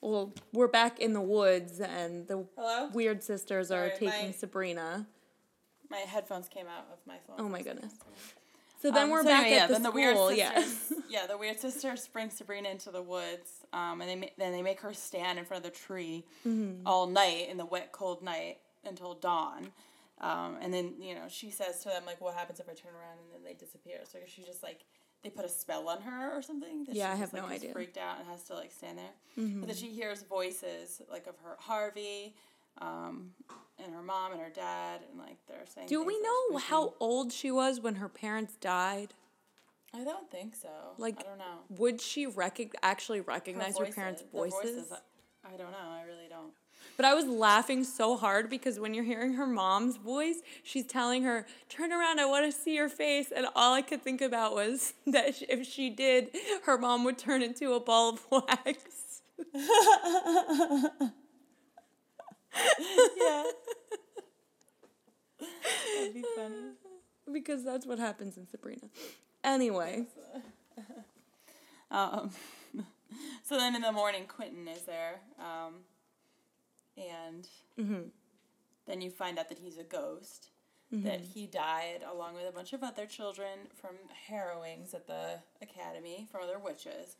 Speaker 1: Well, we're back in the woods, and the
Speaker 3: Hello?
Speaker 1: weird sisters are
Speaker 3: Sorry,
Speaker 1: taking
Speaker 3: my-
Speaker 1: Sabrina.
Speaker 3: My headphones came out of my phone.
Speaker 1: Oh my goodness. So then
Speaker 3: Um,
Speaker 1: we're
Speaker 3: so
Speaker 1: back
Speaker 3: anyway,
Speaker 1: at the
Speaker 3: then
Speaker 1: school. yeah.
Speaker 3: sisters, yeah, the weird sisters bring Sabrina into the woods, um, and they ma- then they make her stand in front of the tree
Speaker 1: Mm-hmm.
Speaker 3: all night in the wet, cold night until dawn. Um, and then you know she says to them like, "What happens if I turn around?" And then they disappear. So she just like they put a spell on her or something. that
Speaker 1: Yeah,
Speaker 3: she
Speaker 1: I
Speaker 3: just,
Speaker 1: have
Speaker 3: like,
Speaker 1: no
Speaker 3: is
Speaker 1: idea. Mm-hmm.
Speaker 3: Freaked out and has to like stand there. But then she hears voices like of her Harvey, um, and her mom and her dad, and like they're saying.
Speaker 1: Do
Speaker 3: things
Speaker 1: we
Speaker 3: that
Speaker 1: know
Speaker 3: spooky.
Speaker 1: how old she was when her parents died?
Speaker 3: I don't think so.
Speaker 1: Like,
Speaker 3: I don't know. uh,
Speaker 1: Would she recog- actually recognize her, parents'
Speaker 3: the
Speaker 1: voices?
Speaker 3: I I don't know. I really don't.
Speaker 1: But I was laughing so hard because when you're hearing her mom's voice, she's telling her, "Turn around, I want to see your face." And all I could think about was that sh- if she did, her mom would turn into a ball of wax.
Speaker 3: yeah. That'd be funny.
Speaker 1: because that's what happens in Sabrina. Anyway,
Speaker 3: Um, so then in the morning, Quentin is there, um, and
Speaker 1: mm-hmm.
Speaker 3: then you find out that he's a ghost.
Speaker 1: Mm-hmm.
Speaker 3: That he died along with a bunch of other children from harrowings at the academy from other witches,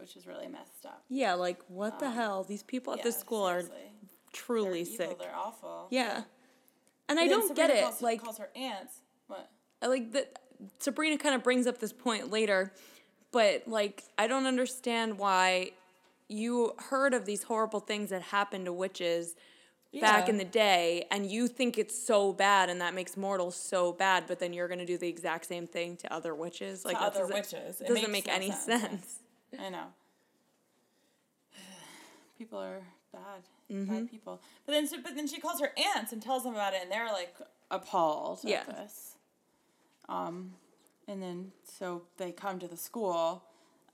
Speaker 3: which is really messed up.
Speaker 1: yeah, like what the hell? These people at this
Speaker 3: Um, Yeah,
Speaker 1: school are
Speaker 3: seriously. They're
Speaker 1: truly
Speaker 3: evil,
Speaker 1: sick.
Speaker 3: They're awful.
Speaker 1: Yeah. And I
Speaker 3: Then
Speaker 1: don't get
Speaker 3: Sabrina
Speaker 1: it.
Speaker 3: Calls,
Speaker 1: Like
Speaker 3: calls her aunts. What?
Speaker 1: I like that Sabrina kind of brings up this point later, but like I don't understand why you heard of these horrible things that happened to witches back
Speaker 3: Yeah.
Speaker 1: in the day and you think it's so bad and that makes mortals so bad, but then you're going to do the exact same thing to other witches. Like
Speaker 3: to
Speaker 1: that
Speaker 3: other
Speaker 1: doesn't-
Speaker 3: witches. It
Speaker 1: doesn't make
Speaker 3: makes no
Speaker 1: any
Speaker 3: sense.
Speaker 1: sense.
Speaker 3: I know. People are bad,
Speaker 1: Mm-hmm.
Speaker 3: bad people. But then, so, but then she calls her aunts and tells them about it, and they're like appalled
Speaker 1: Yeah.
Speaker 3: at this. Um, and then so they come to the school,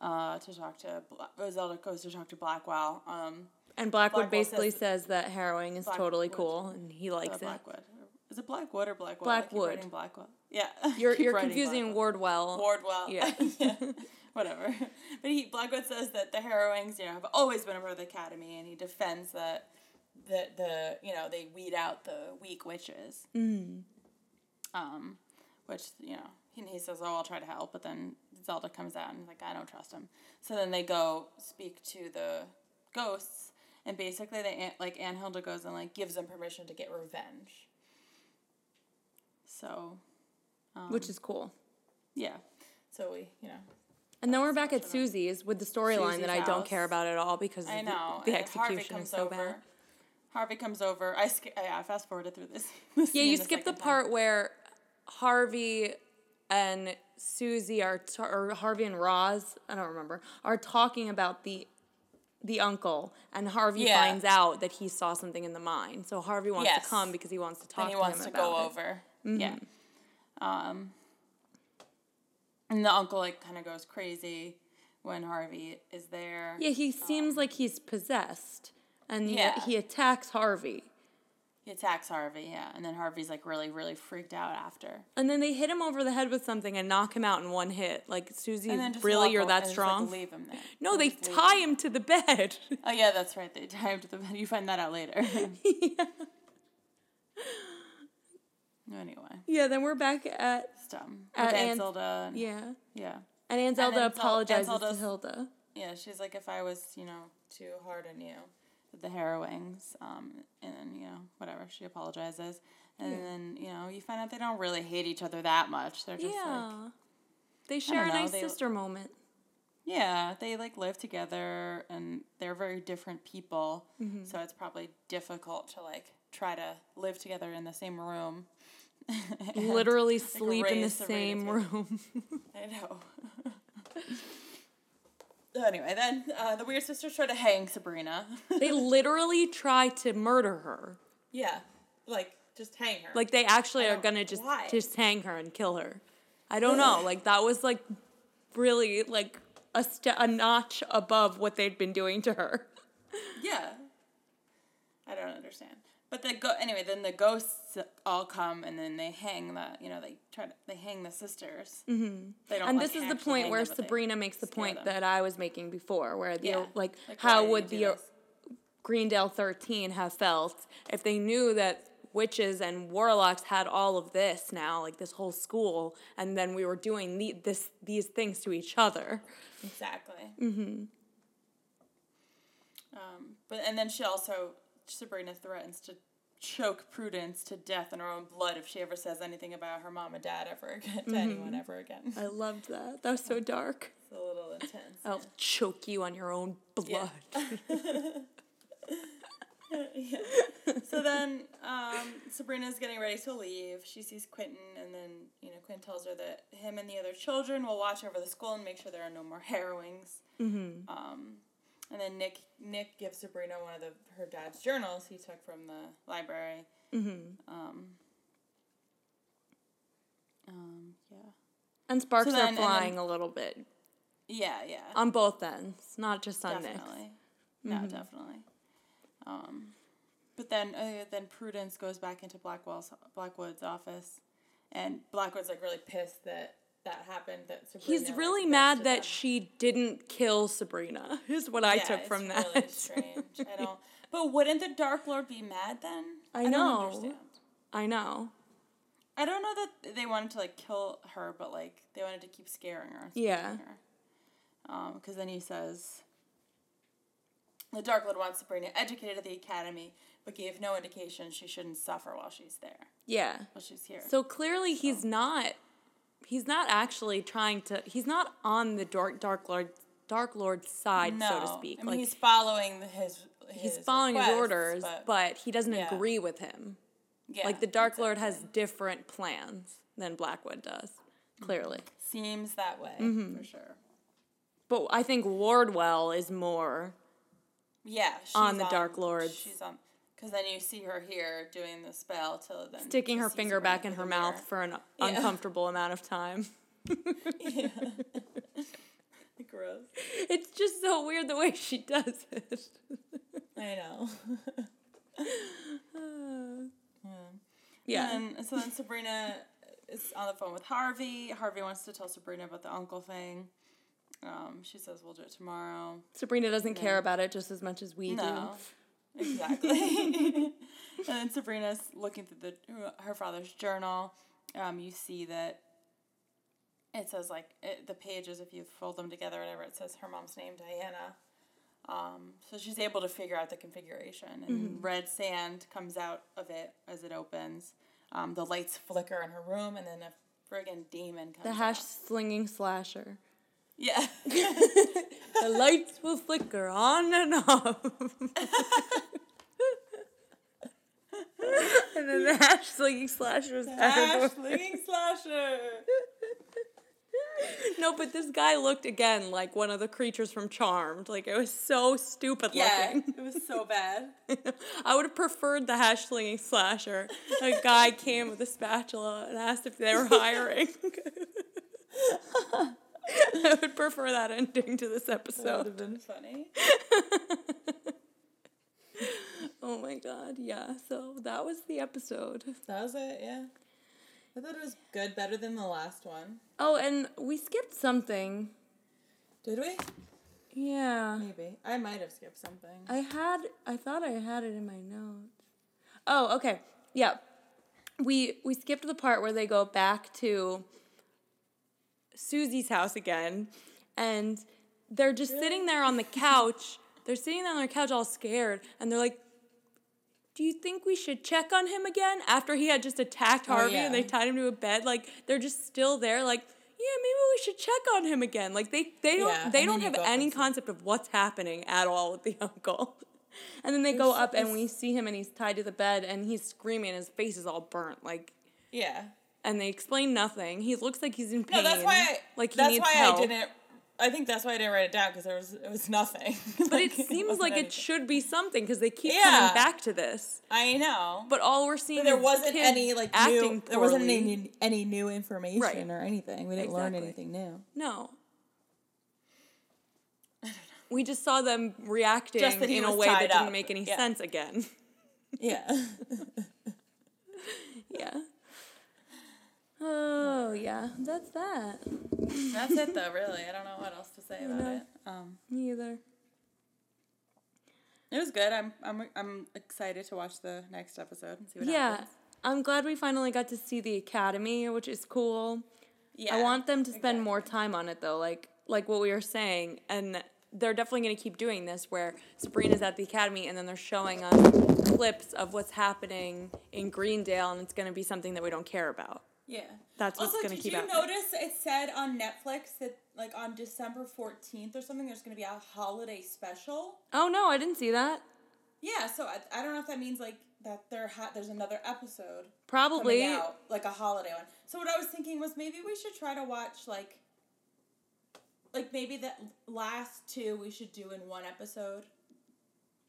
Speaker 3: uh, to talk to Bla- Roselda goes to talk to Blackwell. Um,
Speaker 1: And Blackwood,
Speaker 3: Blackwell says
Speaker 1: basically
Speaker 3: that-
Speaker 1: says, that harrowing is totally
Speaker 3: Blackwood.
Speaker 1: cool and he
Speaker 3: uh,
Speaker 1: likes it.
Speaker 3: Blackwood. Is it Blackwood or Blackwell? I keep
Speaker 1: Blackwood.
Speaker 3: writing Blackwell. Yeah.
Speaker 1: You're
Speaker 3: Keep
Speaker 1: you're
Speaker 3: writing
Speaker 1: confusing
Speaker 3: Blackwell.
Speaker 1: Wardwell.
Speaker 3: Wardwell.
Speaker 1: Yeah.
Speaker 3: Whatever. But he Blackwood says that the harrowings, you know, have always been a part of the academy and he defends that the the you know, they weed out the weak witches. Mm. Um, which, you know, he, he says, Oh, I'll try to help, but then Zelda comes out and is like, I don't trust him. So then they go speak to the ghosts and basically they like Anne Hilda goes and like gives them permission to get revenge. So
Speaker 1: which is cool.
Speaker 3: yeah. So we, you know,
Speaker 1: And then we're back at Susie's with the storyline
Speaker 3: Susie's
Speaker 1: that I don't
Speaker 3: house.
Speaker 1: care about at all because
Speaker 3: I
Speaker 1: of the-
Speaker 3: know.
Speaker 1: the,
Speaker 3: and Harvey
Speaker 1: execution
Speaker 3: comes
Speaker 1: is so
Speaker 3: over.
Speaker 1: bad.
Speaker 3: Harvey comes over. I sk- I I fast forwarded through this.
Speaker 1: Yeah, you skip the part where Harvey and Susie are t- or Harvey and Roz, I don't remember, are talking about the the uncle and Harvey
Speaker 3: Yeah.
Speaker 1: finds out that he saw something in the mine. So Harvey wants
Speaker 3: Yes.
Speaker 1: to come because he wants to talk
Speaker 3: and he
Speaker 1: to
Speaker 3: wants
Speaker 1: him
Speaker 3: to
Speaker 1: about
Speaker 3: go
Speaker 1: it. Mm-hmm.
Speaker 3: over. Yeah. Um. And the uncle like kind of goes crazy when Harvey is there.
Speaker 1: Yeah, he seems like he's possessed and yet
Speaker 3: Yeah.
Speaker 1: he attacks Harvey.
Speaker 3: He attacks Harvey. Yeah, and then Harvey's like really really freaked out after.
Speaker 1: And then they hit him over the head with something and knock him out in one hit. Like Susie,
Speaker 3: And then just
Speaker 1: really,
Speaker 3: walk
Speaker 1: you're
Speaker 3: aw-
Speaker 1: that
Speaker 3: and just, like,
Speaker 1: strong?
Speaker 3: leave him there.
Speaker 1: No, they
Speaker 3: just leave
Speaker 1: tie him to the bed.
Speaker 3: Oh yeah, that's right. They tie him to the bed. You find that out later. Anyway, um,
Speaker 1: yeah, then we're back at
Speaker 3: it's dumb.
Speaker 1: At
Speaker 3: With
Speaker 1: Anne's-
Speaker 3: Aunt Zelda. and-
Speaker 1: Uh, yeah.
Speaker 3: uh, yeah.
Speaker 1: And Aunt Zelda
Speaker 3: then Zel-
Speaker 1: apologizes
Speaker 3: Aunt
Speaker 1: to
Speaker 3: Zelda's-
Speaker 1: Hilda.
Speaker 3: Yeah, she's like, if I was, you know, too hard on you, with the harrowings, um, and then, you know, whatever, she apologizes. And then, you know, you find out they don't really hate each other that much. They're just
Speaker 1: yeah.
Speaker 3: like,
Speaker 1: they share a
Speaker 3: know,
Speaker 1: nice
Speaker 3: they-
Speaker 1: sister moment.
Speaker 3: yeah, they like live together and they're very different people.
Speaker 1: Mm-hmm.
Speaker 3: So it's probably difficult to like try to live together in the same room. And-
Speaker 1: Literally sleep in the
Speaker 3: raise the rate of
Speaker 1: same
Speaker 3: growth.
Speaker 1: room.
Speaker 3: I know. anyway, then uh, the Weird Sisters try to hang Sabrina.
Speaker 1: they literally try to murder her.
Speaker 3: yeah, like just hang her.
Speaker 1: Like they actually are
Speaker 3: don't-
Speaker 1: gonna just
Speaker 3: why?
Speaker 1: just hang her and kill her. I don't know. Like that was like really like a st- a notch above what they'd been doing to her.
Speaker 3: Oh, Yeah. I don't understand. But the go anyway, then the ghosts all come and then they hang the you know they try to, they hang the sisters. Mm-hmm. They don't.
Speaker 1: and
Speaker 3: like,
Speaker 1: this is the
Speaker 3: actually
Speaker 1: point
Speaker 3: hang
Speaker 1: where
Speaker 3: them, but they-
Speaker 1: Sabrina makes the point
Speaker 3: them.
Speaker 1: that I was making before, where the
Speaker 3: Yeah.
Speaker 1: like,
Speaker 3: Like, why
Speaker 1: how
Speaker 3: did you
Speaker 1: would
Speaker 3: do
Speaker 1: the uh,
Speaker 3: this?
Speaker 1: Greendale thirteen have felt if they knew that witches and warlocks had all of this now, like this whole school, and then we were doing the, this these things to each other.
Speaker 3: exactly. Mm-hmm. Um, but and then she also Sabrina threatens to choke Prudence to death in her own blood if she ever says anything about her mom and dad ever again
Speaker 1: Mm-hmm.
Speaker 3: to anyone ever again.
Speaker 1: I loved that. That was so dark.
Speaker 3: It's a little intense.
Speaker 1: I'll choke you on your own blood.
Speaker 3: So then um, Sabrina's getting ready to leave. She sees Quentin, and then you know Quentin tells her that him and the other children will watch over the school and make sure there are no more harrowings. Um, And then Nick Nick gives Sabrina one of the her dad's journals he took from the library. Mm-hmm. Um, um, yeah.
Speaker 1: And sparks
Speaker 3: So
Speaker 1: are
Speaker 3: then- and then-
Speaker 1: flying a little bit
Speaker 3: Yeah, yeah.
Speaker 1: on both ends, not just on Nick.
Speaker 3: definitely. No,
Speaker 1: Mm-hmm.
Speaker 3: definitely. Um, but then uh, then Prudence goes back into Blackwell's Blackwood's office, and Blackwood's like really pissed that that happened. That Sabrina,
Speaker 1: He's
Speaker 3: like,
Speaker 1: really
Speaker 3: roasted
Speaker 1: mad that
Speaker 3: them.
Speaker 1: she didn't kill Sabrina. Is what I
Speaker 3: Yeah,
Speaker 1: took
Speaker 3: it's
Speaker 1: from that.
Speaker 3: Really strange. I don't. But wouldn't the Dark Lord be mad then?
Speaker 1: I
Speaker 3: don't
Speaker 1: know.
Speaker 3: understand.
Speaker 1: I know.
Speaker 3: I don't know that they wanted to like kill her, but like they wanted to keep scaring her. and
Speaker 1: Yeah.
Speaker 3: scaring her. Um, because then he says, the Dark Lord wants Sabrina educated at the academy, but gave no indication she shouldn't suffer while she's there,
Speaker 1: Yeah.
Speaker 3: while she's here.
Speaker 1: So clearly he's not he's not actually trying to he's not on the dark dark lord dark lord's side so to speak.
Speaker 3: I mean,
Speaker 1: like
Speaker 3: he's following the- his.
Speaker 1: he's
Speaker 3: his
Speaker 1: following his
Speaker 3: requests,
Speaker 1: orders, but, he doesn't
Speaker 3: yeah.
Speaker 1: agree with him.
Speaker 3: yeah,
Speaker 1: like the dark lord
Speaker 3: exactly.
Speaker 1: has different plans than Blackwood does. Clearly.
Speaker 3: seems that way
Speaker 1: Mm-hmm.
Speaker 3: for sure.
Speaker 1: But I think Wardwell is more
Speaker 3: Yeah, she's
Speaker 1: On the Dark Lord's-
Speaker 3: She's on because then you see her here doing the spell till then
Speaker 1: sticking
Speaker 3: she
Speaker 1: her
Speaker 3: sees
Speaker 1: finger
Speaker 3: Sabrina
Speaker 1: back in
Speaker 3: through
Speaker 1: her
Speaker 3: the
Speaker 1: mouth
Speaker 3: mirror.
Speaker 1: for an uncomfortable amount of time.
Speaker 3: Gross.
Speaker 1: It's just so weird the way she does it.
Speaker 3: I know.
Speaker 1: Yeah.
Speaker 3: And so then Sabrina is on the phone with Harvey. Harvey wants to tell Sabrina about the uncle thing. Um, she says we'll do it tomorrow.
Speaker 1: Sabrina doesn't care about it just as much as we
Speaker 3: No.
Speaker 1: do.
Speaker 3: Exactly. and then Sabrina's looking through the her father's journal. Um, you see that it says like it, the pages if you fold them together, whatever. It says her mom's name Diana. Um, so she's able to figure out the configuration, and
Speaker 1: Mm-hmm.
Speaker 3: red sand comes out of it as it opens. Um, the lights flicker in her room, and then a friggin' demon comes.
Speaker 1: The
Speaker 3: out.
Speaker 1: hash slinging slasher.
Speaker 3: Yeah.
Speaker 1: The lights will flicker on and off. and then the hash slinging slasher is
Speaker 3: hash
Speaker 1: terrible.
Speaker 3: slinging slasher.
Speaker 1: No, but this guy looked again like one of the creatures from Charmed. Like it was so stupid
Speaker 3: Yeah,
Speaker 1: looking.
Speaker 3: it was so bad.
Speaker 1: I would have preferred the hash slinging slasher. A guy came with a spatula and asked if they were hiring. I would prefer that ending to this episode.
Speaker 3: been funny.
Speaker 1: Oh my god, yeah. So that was the episode.
Speaker 3: That was it, yeah. I thought it was good, better than the last one.
Speaker 1: Oh, and we skipped something.
Speaker 3: Did we?
Speaker 1: Yeah.
Speaker 3: Maybe. I might have skipped something.
Speaker 1: I had I thought I had it in my notes. Oh, okay. Yeah. We we skipped the part where they go back to Susie's house again and they're just sitting there on the couch. They're sitting there on their couch all scared and they're like do you think we should check on him again after he had just attacked Harvey
Speaker 3: Oh, yeah.
Speaker 1: and they tied him to a bed? Like they're just still there like yeah, maybe we should check on him again. Like they they don't
Speaker 3: Yeah,
Speaker 1: they
Speaker 3: and
Speaker 1: don't
Speaker 3: then you
Speaker 1: have
Speaker 3: go up
Speaker 1: any
Speaker 3: and see-
Speaker 1: concept of what's happening at all with the uncle. And then they go up and we see him and he's tied to the bed and he's screaming. His face is all burnt, like,
Speaker 3: Yeah.
Speaker 1: and they explain nothing. He looks like he's in
Speaker 3: No,
Speaker 1: pain.
Speaker 3: that's why I,
Speaker 1: like he
Speaker 3: that's
Speaker 1: needs
Speaker 3: why
Speaker 1: help.
Speaker 3: I didn't I think that's why I didn't write it down because there was it was nothing.
Speaker 1: But it seems like it should be something because they keep
Speaker 3: Yeah.
Speaker 1: coming back to this.
Speaker 3: I know.
Speaker 1: But all we're seeing
Speaker 3: there
Speaker 1: is
Speaker 3: wasn't
Speaker 1: kids
Speaker 3: any like
Speaker 1: acting
Speaker 3: new there wasn't
Speaker 1: poorly.
Speaker 3: any new- any new information
Speaker 1: Right.
Speaker 3: or anything. We didn't learn
Speaker 1: Exactly.
Speaker 3: anything new.
Speaker 1: No. We just saw them reacting
Speaker 3: Just that he
Speaker 1: in a
Speaker 3: was
Speaker 1: way that
Speaker 3: tied
Speaker 1: didn't
Speaker 3: up.
Speaker 1: make any
Speaker 3: Yeah.
Speaker 1: sense again.
Speaker 3: Yeah.
Speaker 1: yeah. Oh yeah, that's that.
Speaker 3: that's it though, really. I don't know what else to say about it. Um
Speaker 1: Me either.
Speaker 3: it was good. I'm I'm I'm excited to watch the next episode and see what
Speaker 1: Yeah,
Speaker 3: happens.
Speaker 1: I'm glad we finally got to see the academy, which is cool.
Speaker 3: Yeah.
Speaker 1: I want them to spend more time on it though, like like what we were saying, and they're definitely going to keep doing this where Sabrina's at the academy and then they're showing us clips of what's happening in Greendale, and it's going to be something that we don't care about.
Speaker 3: Yeah.
Speaker 1: That's what's
Speaker 3: also,
Speaker 1: gonna
Speaker 3: did
Speaker 1: keep
Speaker 3: you
Speaker 1: happening.
Speaker 3: notice it said on Netflix that like on December 14th or something there's going to be a holiday special?
Speaker 1: Oh no, I didn't see that.
Speaker 3: Yeah, so I, I don't know if that means like that there ha- there's another episode
Speaker 1: Probably.
Speaker 3: coming out, like a holiday one. So what I was thinking was maybe we should try to watch like like maybe the last two we should do in one episode.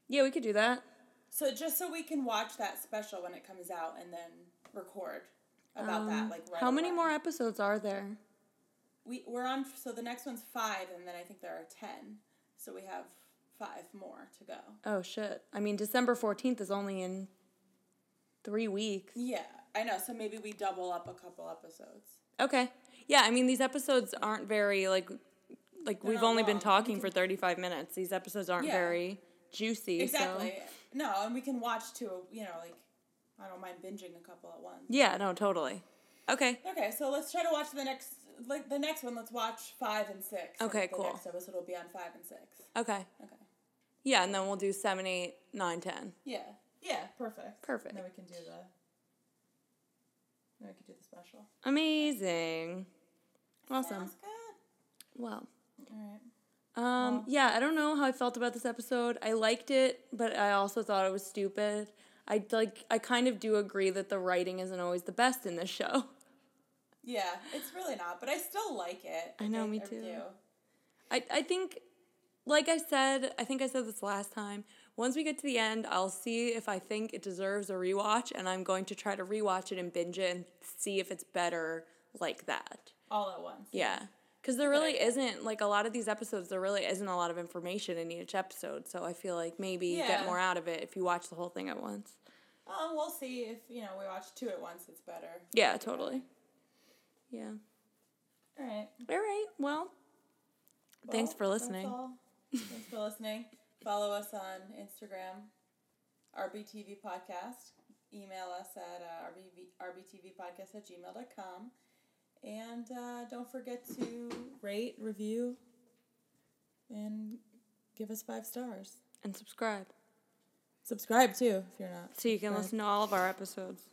Speaker 1: Yeah, we could do that.
Speaker 3: So just so we can watch that special when it comes out and then record about that. Like right
Speaker 1: Um, How many
Speaker 3: away.
Speaker 1: more episodes are there?
Speaker 3: We we're on. So the next one's five, and then I think there are ten. So we have five more to go.
Speaker 1: Oh shit. I mean, December 14th is only in 3 weeks.
Speaker 3: Yeah, I know. So maybe we double up a couple episodes.
Speaker 1: Okay. Yeah, I mean these episodes aren't very like like we've
Speaker 3: not
Speaker 1: only been
Speaker 3: long.
Speaker 1: talking for 35 minutes. These episodes aren't
Speaker 3: Yeah.
Speaker 1: very juicy.
Speaker 3: Exactly.
Speaker 1: So.
Speaker 3: No, and we can watch two. You know, like I don't mind binging a couple at once.
Speaker 1: Yeah, no, totally. Okay.
Speaker 3: Okay, so let's try to watch the next. Like the next one, let's watch five and six. and
Speaker 1: Okay,
Speaker 3: the
Speaker 1: cool.
Speaker 3: Next episode will be on five and six.
Speaker 1: Okay.
Speaker 3: Okay.
Speaker 1: Yeah, and then we'll do 7, 8, 9, 10.
Speaker 3: Yeah. Yeah. Perfect.
Speaker 1: Perfect.
Speaker 3: Then we can do the. Then we can do the special.
Speaker 1: Amazing. Awesome.
Speaker 3: Sounds good.
Speaker 1: Well.
Speaker 3: All right.
Speaker 1: Um, yeah, I don't know how I felt about this episode. I liked it, but I also thought it was stupid. I like I kind of do agree that the writing isn't always the best in this show.
Speaker 3: Yeah, it's really not, but I still like it.
Speaker 1: I know, me
Speaker 3: I
Speaker 1: too.
Speaker 3: do.
Speaker 1: I, I think, like I said, I think I said this last time. Once we get to the end, I'll see if I think it deserves a rewatch, and I'm going to try to rewatch it and binge it and see if it's better like that.
Speaker 3: All at once.
Speaker 1: Yeah. Because there really
Speaker 3: idea.
Speaker 1: isn't, like a lot of these episodes, there really isn't a lot of information in each episode. So I feel like maybe you get
Speaker 3: Yeah.
Speaker 1: more out of it if you watch the whole thing at once.
Speaker 3: Oh, we'll see if you know we watch two at once. It's better.
Speaker 1: Yeah, totally. Yeah.
Speaker 3: All right.
Speaker 1: All right. Well, thanks
Speaker 3: Well,
Speaker 1: for listening.
Speaker 3: That's all. Thanks for listening. Follow us on Instagram, RBTV Podcast. Email us at uh, RBV, RBTVpodcast at gmail.com. And uh, don't forget to rate, review, and give us five stars.
Speaker 1: and subscribe
Speaker 3: Subscribe too if you're not.
Speaker 1: so you can listen to all of our episodes.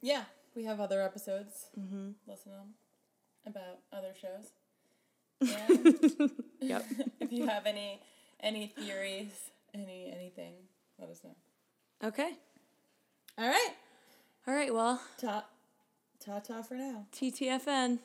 Speaker 3: Yeah, we have other episodes. Mm-hmm. Listen to them about other shows. And
Speaker 1: Yep.
Speaker 3: if you have any any theories, any anything, let us know.
Speaker 1: Okay.
Speaker 3: All right,
Speaker 1: All right. Well,
Speaker 3: ta ta ta for now.
Speaker 1: TTFN.